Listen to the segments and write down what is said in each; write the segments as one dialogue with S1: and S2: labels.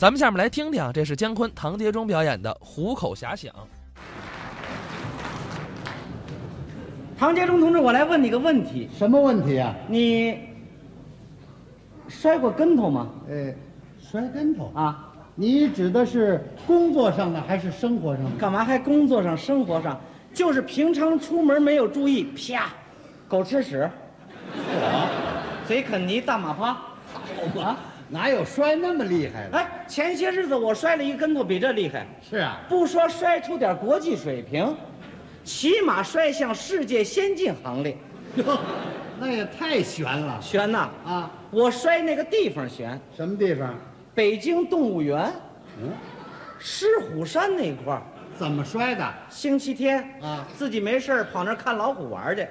S1: 咱们下面来听听啊，这是姜昆、唐杰忠表演的《虎口遐想》。
S2: 唐杰忠同志，我来问你个问题：
S3: 什么问题啊？
S2: 你摔过跟头吗？
S3: 呃，摔跟头啊？
S2: 啊，
S3: 你指的是工作上的还是生活上 的？
S2: 干嘛还工作上、生活上？就是平常出门没有注意，啪，狗吃屎， 嘴啃泥，大马趴。
S3: 啊，哪有摔那么厉害的？
S2: 哎，前些日子我摔了一跟头，比这厉害。
S3: 是啊，
S2: 不说摔出点国际水平，起码摔向世界先进行列。
S3: 哟， 那也太悬了
S2: 悬呐、
S3: 啊！
S2: 我摔那个地方悬，
S3: 什么地方？
S2: 北京动物园
S3: 嗯，
S2: 狮虎山那块儿。
S3: 怎么摔的？
S2: 星期天
S3: 啊
S2: 自己没事儿跑那儿看老虎玩儿去，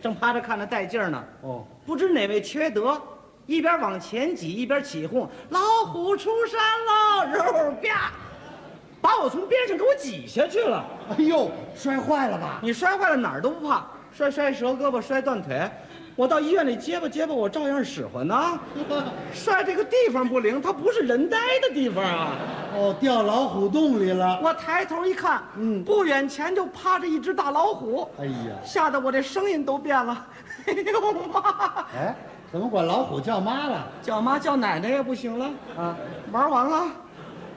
S2: 正趴着看着带劲儿呢。
S3: 哦，
S2: 不知哪位缺德，一边往前挤一边起哄：“老虎出山喽！”肉啪，把我从边上给我挤下去了。
S3: 哎呦，摔坏了吧？
S2: 你摔坏了哪儿都不怕，摔摔折胳膊，摔断腿，我到医院里结巴结巴，我照样使唤呢。摔这个地方不灵，它不是人待的地方啊。
S3: 哦，掉老虎洞里了。
S2: 我抬头一看，嗯，不远前就趴着一只大老虎。
S3: 哎呀
S2: 吓得我这声音都变了。 哎呦妈！
S3: 哎，怎么管老虎叫妈了？
S2: 叫妈叫奶奶也不行了啊！玩完了，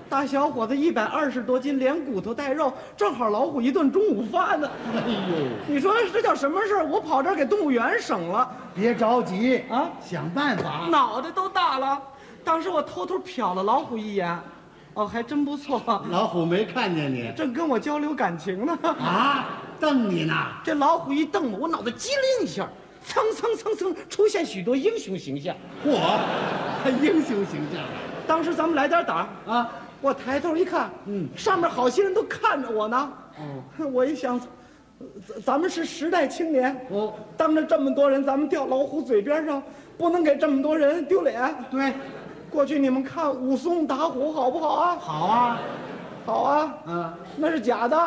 S2: 大小伙子一百二十多斤，连骨头带肉，正好老虎一顿中午饭呢。
S3: 哎呦，
S2: 你说这叫什么事儿？我跑这儿给动物园省了，
S3: 别着急
S2: 啊
S3: 想办法。
S2: 脑袋都大了。当时我偷偷瞟了老虎一眼，哦，还真不错，
S3: 老虎没看见你
S2: 正跟我交流感情呢。
S3: 啊？瞪你呢？
S2: 这老虎一瞪我，我脑袋机灵一下，蹭蹭蹭蹭，出现许多英雄形象。
S3: 嚯，还英雄形象
S2: 当时咱们来点胆儿，
S3: 啊！
S2: 我抬头一看，嗯，上面好些人都看着我呢。 我一想，呃咱咱们是时代青年，
S3: 哦
S2: 当着这么多人，咱们掉老虎嘴边上，不能给这么多人丢脸。
S3: 对，
S2: 过去你们看武松打虎好不好啊？
S3: 好啊，
S2: 好啊，
S3: 嗯，
S2: 那是假的。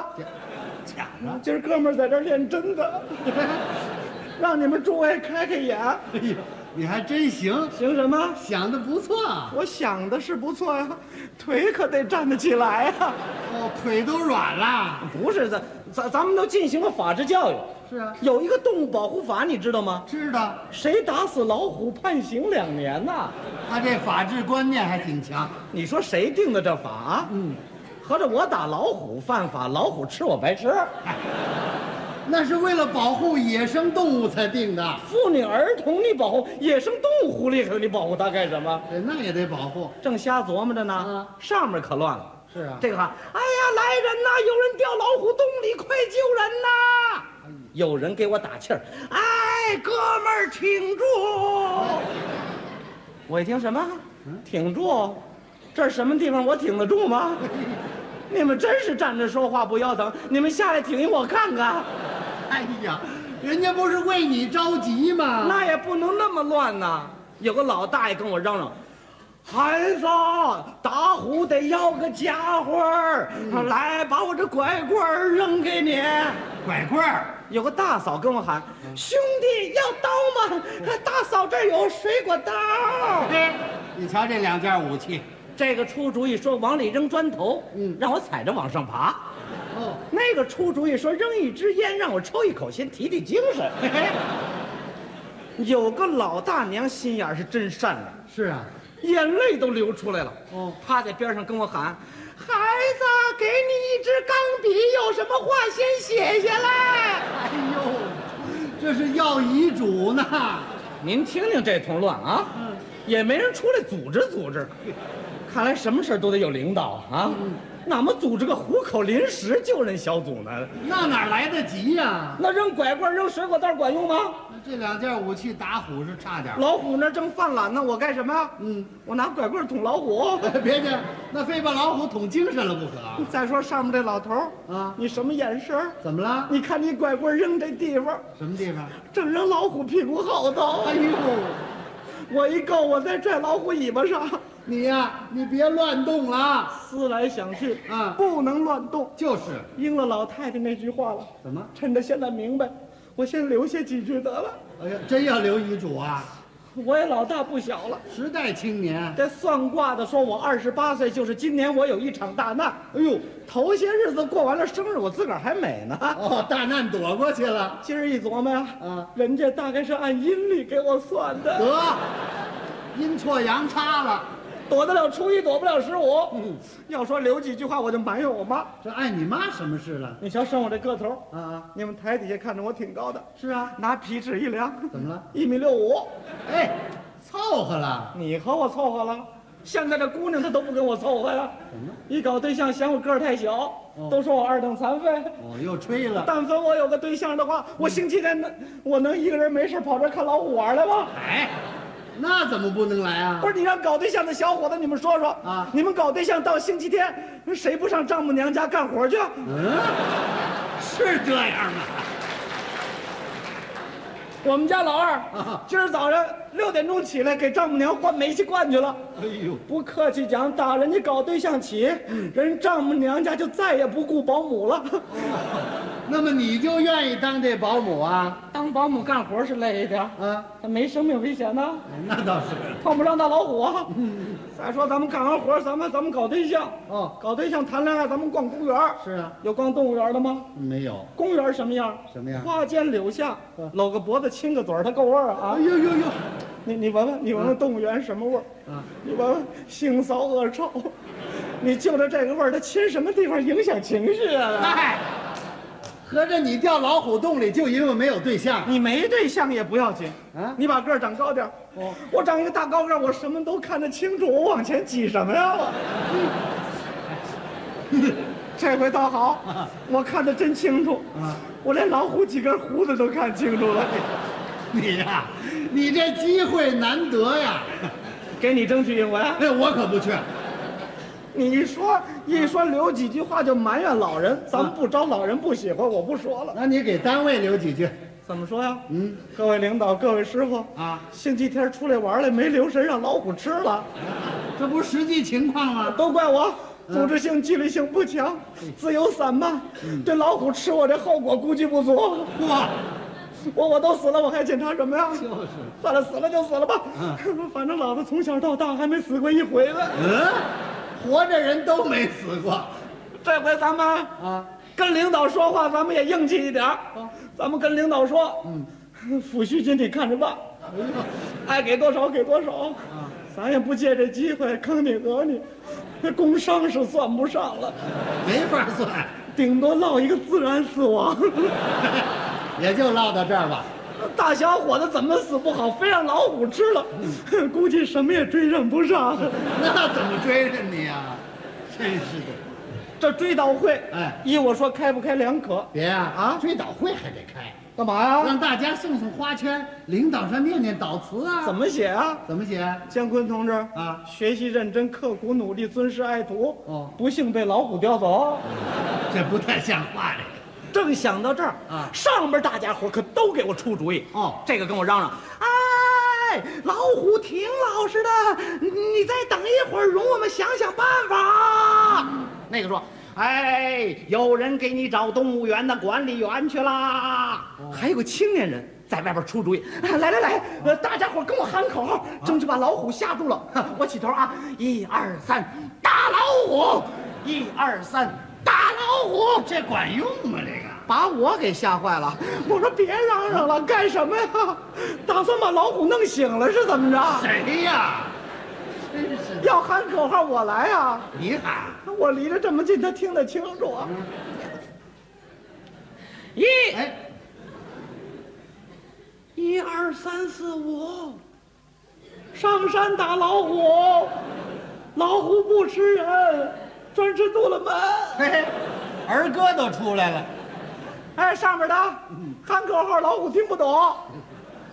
S3: 假
S2: 今儿哥们儿在这儿练真的，让你们诸位开开眼。
S3: 哎呦，你还真行，
S2: 行什么？
S3: 想的不错啊。
S2: 我想的是不错呀、腿可得站得起来呀、
S3: 哦，腿都软了。
S2: 不是，咱咱咱们都进行过法制教育。
S3: 是啊
S2: 有一个动物保护法，你知道吗？
S3: 知道，
S2: 谁打死老虎判刑两年呐、
S3: 他这法治观念还挺强。
S2: 你说谁定的这法啊？嗯，合着我打老虎犯法，老虎吃我白吃。
S3: 那是为了保护野生动物才定的，
S2: 妇女儿童你保护，野生动物狐狸可你保护它干什么？
S3: 哎那也得保护。
S2: 正瞎琢磨着呢，
S3: 嗯
S2: 上面可乱了。
S3: 是啊
S2: 这个喊，哎呀，来人呐！有人掉老虎洞里，快救人呐！有人给我打气儿，哎，哥们儿，挺住！我一听什么，挺住，这是什么地方？我挺得住吗？你们真是站着说话不腰疼，你们下来挺一我看看，
S3: 哎呀，人家不是为你着急吗？
S2: 那也不能那么乱呐。有个老大爷跟我嚷嚷。孩子，打虎得要个家伙儿，来，把我这拐棍儿扔给你。
S3: 拐棍儿，
S2: 有个大嫂跟我喊：“兄弟，要刀吗？大嫂这儿有水果刀。
S3: 哎，你瞧这两件武器。”
S2: 这个出主意说往里扔砖头，
S3: 嗯
S2: 让我踩着往上爬。
S3: 哦，
S2: 那个出主意说扔一支烟，让我抽一口，先提提精神。嘿嘿有个老大娘心眼儿是真善良。
S3: 是啊，
S2: 眼泪都流出来了。
S3: 哦，
S2: 趴在边上跟我喊：“孩子，给你一支钢笔，有什么话先写下来。
S3: 哎呦，这是要遗嘱呢。”
S2: 您听听这通乱啊，
S3: 嗯
S2: 也没人出来组织组织，看来什么事儿都得有领导啊。
S3: 嗯
S2: 哪么组织个虎口临时救人小组呢？
S3: 那哪来得及呀、
S2: 那扔拐棍、扔水果袋管用吗？
S3: 这两件武器打虎是差点儿。
S2: 老虎那儿正犯懒呢，我干什么？
S3: 嗯，
S2: 我拿拐棍捅老虎。
S3: 别介，那非把老虎捅精神了不可。
S2: 再说上面这老头儿
S3: 啊
S2: 你什么眼神儿？
S3: 怎么了？
S2: 你看你拐棍扔这地方，
S3: 什么地方？
S2: 正扔老虎屁股后头
S3: 哎，呦，
S2: 我一够，我再拽老虎尾巴上。
S3: 你呀、你别乱动了啊。
S2: 思来想去，
S3: 啊
S2: 不能乱动，
S3: 就是，
S2: 应了老太太那句话了。
S3: 怎么？
S2: 趁着现在明白，我先留下几句得了。
S3: 哎呀，真要留遗嘱啊？
S2: 我也老大不小了。
S3: 时代青年，
S2: 这算卦的说我二十八岁，就是今年我有一场大难。哎呦，头些日子过完了生日，我自个儿还美呢。
S3: 哦，大难躲过去了，
S2: 今儿一琢磨呀，
S3: 啊
S2: 人家大概是按阴历给我算的，
S3: 得，阴错阳差了。
S2: 躲得了初一，躲不了十五。要说留几句话，我就埋怨我妈。
S3: 这碍你妈什么事了？
S2: 你瞧，生我这个头，
S3: 啊，
S2: 你们台底下看着我挺高的，
S3: 是啊，
S2: 拿皮尺一量，
S3: 怎么了？
S2: 一米六五。
S3: 哎，凑合了，
S2: 你和我凑合了，现在这姑娘她都不跟我凑合呀
S3: 么。
S2: 一搞对象嫌我个儿太小，
S3: 哦
S2: 都说我二等残废。
S3: 哦，又吹了。
S2: 但凡我有个对象的
S3: 嗯
S2: 话，我星期天能我能一个人没事跑这儿看老虎玩来吗？
S3: 哎，那怎么不能来啊
S2: 不？是你让搞对象的小伙子，你们说说
S3: 啊
S2: 你们搞对象到星期天，谁不上丈母娘家干活去？
S3: 嗯，是这样啊吗？
S2: 我们家老二、
S3: 啊
S2: 今儿早上六点钟起来给丈母娘换煤气罐去了。
S3: 哎呦，
S2: 不客气讲，打人家搞对象起，人丈母娘家就再也不雇保姆了。
S3: 那么你就愿意当这保姆啊？
S2: 当保姆干活是累一点，
S3: 啊，
S2: 但没生命危险呢、
S3: 那倒是。
S2: 碰不上大老虎啊。再说咱们干完活，咱们咱们搞对象，
S3: 哦，
S2: 搞对象谈恋爱，咱们逛公园儿。
S3: 是啊，
S2: 有逛动物园的吗？
S3: 没有。
S2: 公园什么样？
S3: 什么样
S2: 花间柳下
S3: 嗯，
S2: 搂个脖子，亲个嘴儿，它够味儿啊！
S3: 哎呦呦呦，
S2: 你你闻闻，你闻闻动物园什么味儿？
S3: 啊，
S2: 你闻闻腥骚恶臭，你就着这个味儿，它亲什么地方影响情绪啊？
S3: 哎，合着你掉老虎洞里就因为没有对象
S2: 你没对象也不要紧
S3: 啊
S2: 你把个儿长高点儿。
S3: 哦
S2: 我长一个大高个儿，我什么都看得清楚，我往前挤什么呀？我 这回倒 好，我看得真清楚，
S3: 啊？
S2: 我连老虎几根胡子都看清楚 了。
S3: 你呀、你这机会难得呀！
S2: 给你争取一回。啊
S3: 哎，我可不去。
S2: 你一说一说留几句话就埋怨老人，咱们不招老人不喜欢，我不说了。
S3: 那你给单位留几句？
S2: 怎么说呀？
S3: 嗯，
S2: 各位领导，各位师傅，
S3: 啊，
S2: 星期天出来玩来没留神让老虎吃了，
S3: 这不是实际情况吗？
S2: 都怪我。组织性、纪律性不强，自由散漫，对老虎吃我这后果估计不足。
S3: 嚯，
S2: 我我都死了，我还检查什么呀？
S3: 就是，
S2: 算了，死了就死了吧。 反正老子从小到大还没死过一回呢。
S3: 嗯，活着人都没死过
S2: 这回咱们
S3: 啊。
S2: 跟领导说话，咱们也硬气一点儿咱们跟领导说，抚恤金你看着办，爱给多少给多少，咱也不借这机会坑你讹你，那工伤是算不上了，
S3: 没法算，
S2: 顶多落一个自然死亡。
S3: 也就唠到这儿吧。
S2: 大小伙子怎么死不好，非让老虎吃了，估计什么也追上不 上。
S3: 那怎么追着你呀？真是的，
S2: 这追悼会，
S3: 哎
S2: 依我说开不开两可，
S3: 别呀啊，追悼会还得开，
S2: 干嘛呀？
S3: 让大家送送花圈，领导上念念悼词啊。
S2: 怎
S3: 么
S2: 么写啊？
S3: 怎么写？
S2: 姜昆同志
S3: 啊
S2: 学习认真、刻苦努力、尊师爱徒，
S3: 哦
S2: 不幸被老虎叼走。
S3: 这不太像话这个。
S2: 正想到这儿
S3: 啊
S2: 上边大家伙可都给我出主意
S3: 哦
S2: 这个跟我嚷嚷，哎，老虎挺老实的，你你再等一会儿，容我们想想办法啊。那个说。哎，有人给你找动物园的管理员去啦！
S3: 哦
S2: 还有个青年人在外边出主意，哎来来来，呃，大家伙跟我喊口
S3: 啊
S2: 号，争取把老虎吓住了。哼我起头啊，一二三，打老虎！一二三，打老虎！
S3: 哦这管用吗？这个。
S2: 把我给吓坏了。我说别嚷嚷了，干什么呀？打算把老虎弄醒了是怎么着？
S3: 谁呀？真是的，
S2: 要喊口号我来啊！
S3: 你喊
S2: 我离着这么近，他听得清楚啊。一
S3: 哎，
S2: 一二三四五，上山打老虎，老虎不吃人，专吃肚了门。
S3: 嘿嘿，儿歌都出来了。
S2: 哎，上面的喊口号，老虎听不懂。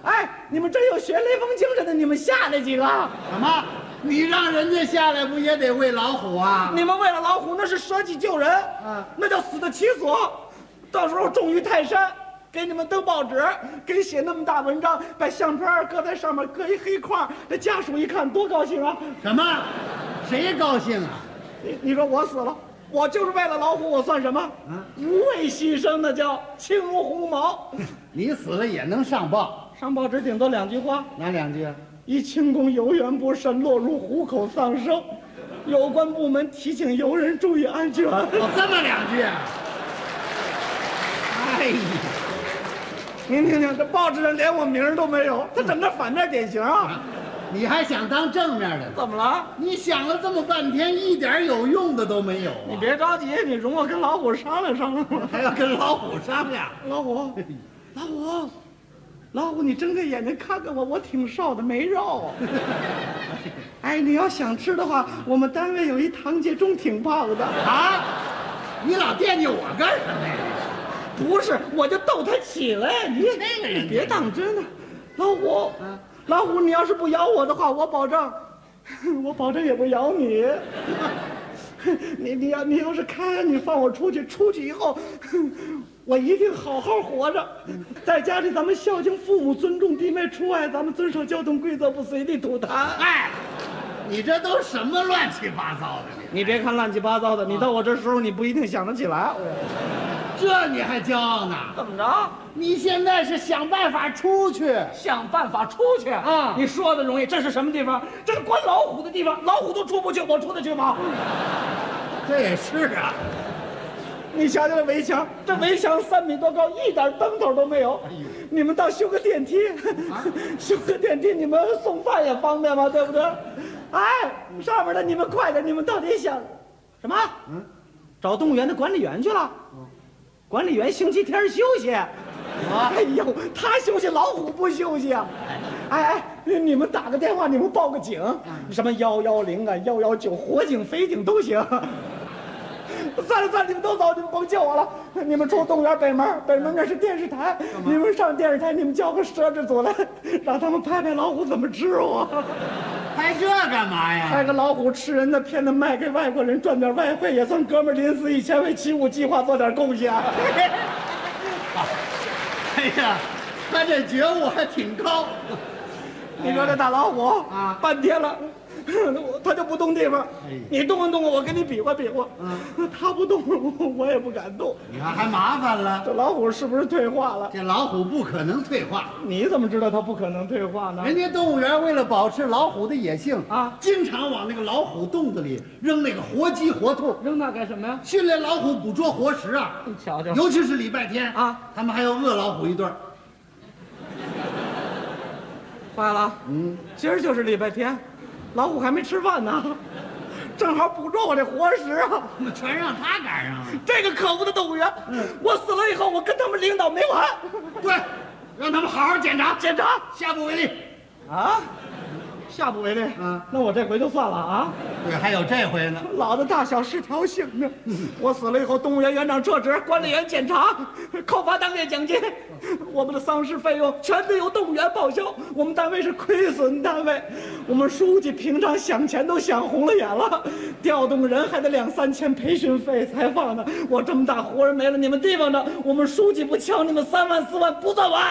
S2: 哎，你们真有学雷锋精神的，你们下那几个。啊
S3: 什么？你让人家下来不也得喂老虎啊？
S2: 你们为了老虎那是舍己救人，
S3: 嗯
S2: 那叫死得其所。到时候重于泰山，给你们登报纸，给写那么大文章，把相片儿搁在上面，搁一黑框儿，这家属一看多高兴啊！
S3: 什么？谁高兴啊？
S2: 你你说我死了，我就是为了老虎，我算什么？无畏牺牲，那叫轻如鸿毛。
S3: 你死了也能上报，
S2: 上报纸顶多两句话，
S3: 哪两句啊？
S2: 一轻功游园部审落入虎口丧生，有关部门提醒游人注意安全。
S3: 哦，这么两句啊，
S2: 哎呀，您听听，这报纸上连我名儿都没有，他整个反面典型啊！
S3: 你还想当正面的呢？
S2: 怎么了？
S3: 你想了这么半天，一点有用的都没有
S2: 你
S3: 啊！
S2: 别着急，你容我跟老虎商量商量吧。
S3: 还要跟老虎商量？ 哎
S2: 老虎，老虎，老虎，你睁开眼睛看看我，我挺瘦的，没 肉。哎，你要想吃的话，我们单位有一唐杰忠挺胖的啊。
S3: 你老惦记我干什么呀？
S2: 不是，我就逗他起来。你
S3: 那个人
S2: 你别当真了。老虎，老虎，你要是不咬我的话，我保证， 我保证也不咬你。 你你要你要是开恩，你放我出去，出去以后， 我一定好好活着。在家里咱们孝敬父母，尊重弟妹；出外咱们遵守交通规则，不随地吐痰。
S3: 哎，你这都什么乱七八糟的？你
S2: 你别看乱七八糟的，你到我这时候你不一定想得起来。我
S3: 这你还骄傲呢？
S2: 怎么着？
S3: 你现在是想办法出去。
S2: 想办法出去
S3: 啊
S2: 你说的容易，这是什么地方？这是关老虎的地方，老虎都出不去，我出得去吗？
S3: 这也是啊，
S2: 你瞧瞧这围墙，这围墙三米多高，一点灯头都没有。你们倒修个电梯，啊 修个电梯，你们送饭也方便嘛，对不对？哎，上面的你们快点，你们到底想什么？嗯，找动物园的管理员去了。管理员星期天休息。哎呦，他休息，老虎不休息啊！哎嗯哎，你们打个电话，你们报个警，什么幺幺零啊、幺幺九，火警、飞警都行。 算了算了，你们都走，你们甭救我了。你们出动物园北门，北门那是电视台，你们上电视台，你们叫个摄制组来，让他们拍拍老虎怎么吃我，
S3: 拍这干嘛
S2: 拍
S3: 呀？
S2: 个老虎吃人的片子卖给外国人赚点外汇，也算哥们儿临死以前为起舞计划做点贡献。
S3: 哎呀，他这觉悟还挺高。
S2: 你说这大老虎
S3: 啊
S2: 半天了。它就不动地方
S3: 哎呀，
S2: 你动啊动啊，我跟你比划比划。它不动，我也不敢动。
S3: 你看还麻烦了，
S2: 这老虎是不是退化了？
S3: 这老虎不可能退化。
S2: 你怎么知道它不可能退化呢？
S3: 人家动物园为了保持老虎的野性
S2: 啊
S3: 经常往那个老虎洞子里扔那个活鸡、活兔，
S2: 扔那干什么呀？
S3: 训练老虎捕捉活食啊。
S2: 你瞧瞧，
S3: 尤其是礼拜天
S2: 啊，
S3: 他们还要饿老虎一顿儿。
S2: 坏了，嗯，今儿就是礼拜天，老虎还没吃饭呢，正好捕捉我这活食啊！
S3: 全让他赶上了。
S2: 这个可恶的动物园，我死了以后，我跟他们领导没完。
S3: 对，让他们好好检查，
S2: 检查
S3: 下不为例。
S2: 啊，嗯下不为例
S3: 啊
S2: 那我这回就算了啊，
S3: 对，还有这回呢。
S2: 老子大小失调性呢，我死了以后，动物园园长撤职，管理员检查，扣发当月奖金，我们的丧尸费用全都由动物园报销，我们单位是亏损单位，我们书记平常想钱都想红了眼了，调动人还得两三千培训费才放呢，我这么大活人没了，你们地方呢？我们书记不敲你们三万四万不算完。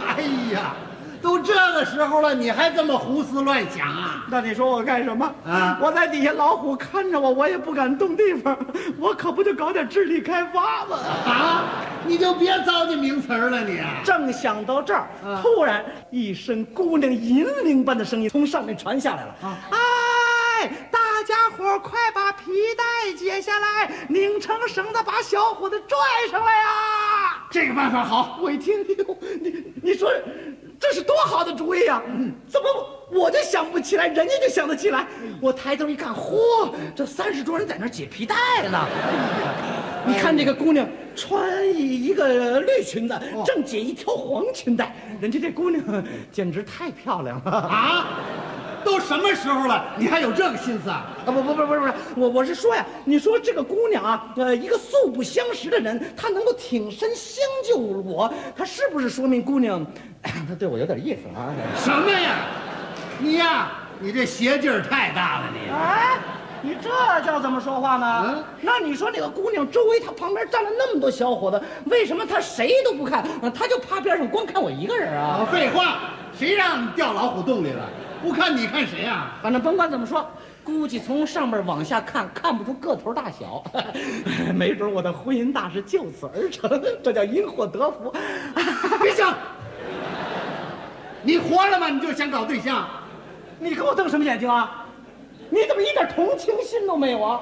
S3: 哎呀，都这个时候了，你还这么胡思乱想啊？
S2: 那你说我干什么？
S3: 啊
S2: 我在底下老虎看着我，我也不敢动地方，我可不就搞点智力开发吗？
S3: 啊，你就别糟践名词儿了你。
S2: 正想到这儿，突然一声姑娘银铃般的声音从上面传下来了。哎，大家伙儿快把皮带解下来，拧成绳子，把小伙子拽上来啊呀、
S3: 这个办法好，
S2: 我一听，哎呦，你你说这是多好的主意啊！怎么我就想不起来，人家就想得起来？我抬头一看，嚯，这三十多人在那儿解皮带呢。你看这个姑娘穿一个绿裙子，正解一条黄裙带，人家这姑娘简直太漂亮了。
S3: 啊，都什么时候了，你还有这个心思啊？
S2: 啊不不不不是不是，我我是说呀，你说这个姑娘啊，呃，一个素不相识的人，她能够挺身相救我，她是不是说明姑娘，哎她对我有点意思啊？
S3: 什么呀？你呀，你这邪劲儿太大了你。
S2: 哎，你这叫怎么说话呢？
S3: 嗯
S2: 那你说那个姑娘周围，她旁边站了那么多小伙子，为什么她谁都不看，呃她就趴边上光看我一个人啊？
S3: 啊，废话，谁让你掉老虎洞里了？不看你看谁啊？
S2: 反正甭管怎么说，估计从上面往下看，看不出个头大小。 没准我的婚姻大事就此而成，这叫因祸得福。
S3: 别想，你活了吗？你就想搞对象？
S2: 你跟我瞪什么眼睛啊？你怎么一点同情心都没有啊？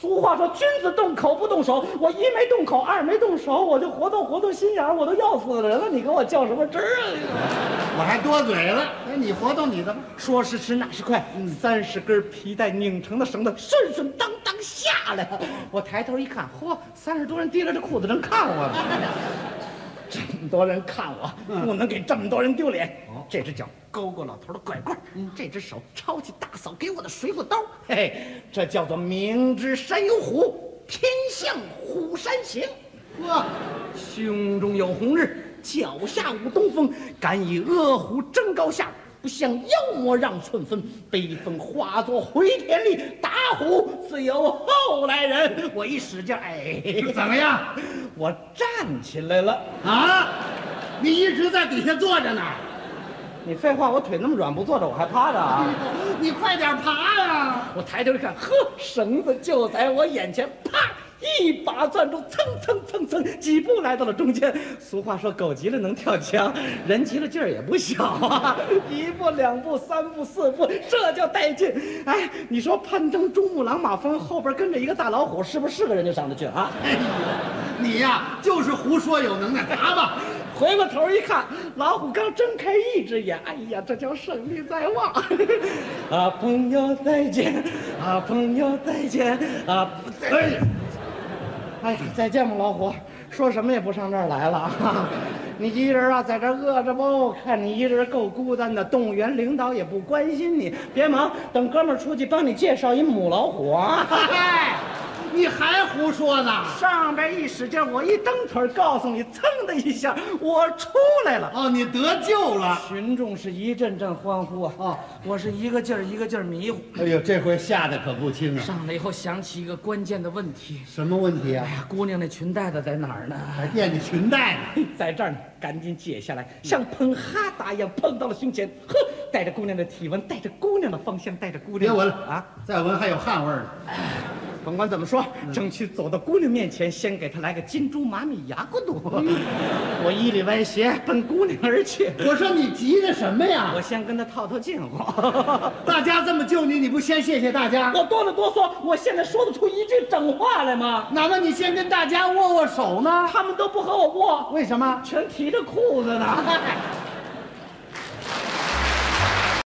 S2: 俗话说，君子动口不动手。我一没动口，二没动手，我就活动活动心眼儿，我都要死人了。你跟我较什么真儿啊？你
S3: 我还多嘴了。哎，你活动你的吧。
S2: 说时迟，那时快，三十根皮带拧成的绳子顺顺当当下来了。我抬头一看，嚯，三十多人提着这裤子正看我呢。这么多人看我，不能给这么多人丢脸。这只脚勾过老头的拐棍儿，这只手抄起大嫂给我的水果刀，嗯嘿嘿，这叫做明知山有虎，偏向虎山行。
S3: 哇，
S2: 胸中有红日，脚下舞东风，敢以恶虎争高下，不向妖魔让寸分。悲风化作回天力，打虎自有后来人。我一使劲，哎，
S3: 怎么样？
S2: 我站起来了。
S3: 啊，你一直在底下坐着呢，
S2: 你废话，我腿那么软，不坐着我还趴着啊？
S3: 你快点爬啊呀、
S2: 我抬头一看，呵，绳子就在我眼前，啪！一把攥住，蹭蹭蹭蹭，几步来到了中间。俗话说，狗急了能跳墙，人急了劲儿也不小啊！一步、两步、三步、四步，这叫带劲！哎，你说攀登珠穆朗玛峰，后边跟着一个大老虎，是不是是个人就上得去啊？
S3: 哎呦你呀、就是胡说，有能耐爬吧。
S2: 回过头一看，老虎刚睁开一只眼，哎呀，这叫胜利在望！ 啊，朋友再见，啊，朋友再见，啊，
S3: 哎呀，
S2: 哎呀，再见吧，老虎，说什么也不上这儿来了 啊！你一人啊，在这儿饿着不？看你一人够孤单的，动物园领导也不关心你。别忙，等哥们儿出去帮你介绍一母老虎啊！
S3: 嗨，哎你还胡说呢？
S2: 上边一使劲，我一蹬腿儿，告诉你，噌的一下，我出来了。
S3: 哦，你得救了。
S2: 群众是一阵阵欢呼啊！
S3: 哦
S2: 我是一个劲儿一个劲儿迷糊。
S3: 哎呦，这回吓得可不轻啊！
S2: 上来以后想起一个关键的问题：
S3: 什么问题啊？
S2: 哎呀，姑娘那裙带子在哪儿呢？
S3: 还惦记裙带呢？
S2: 在这儿呢，赶紧解下来，
S3: 嗯
S2: 像捧哈达一样碰到了胸前，呵，带着姑娘的体温，带着姑娘的方向，带着姑
S3: 别
S2: 娘
S3: 闻了哎
S2: 啊！！
S3: 再闻还有汗味儿呢。嗯
S2: 甭管怎么说，争取走到姑娘面前，先给她来个金珠马米牙骨 朵。我一里歪斜奔姑娘而去，
S3: 我说你急的什么呀
S2: 我？先跟她套套近乎。
S3: 大家这么救你，你不先谢谢大家？
S2: 我哆了哆嗦，我现在说得出一句整话来吗？
S3: 哪怕你先跟大家握握手呢？
S2: 他们都不和我握，
S3: 为什么？
S2: 全提着裤子呢。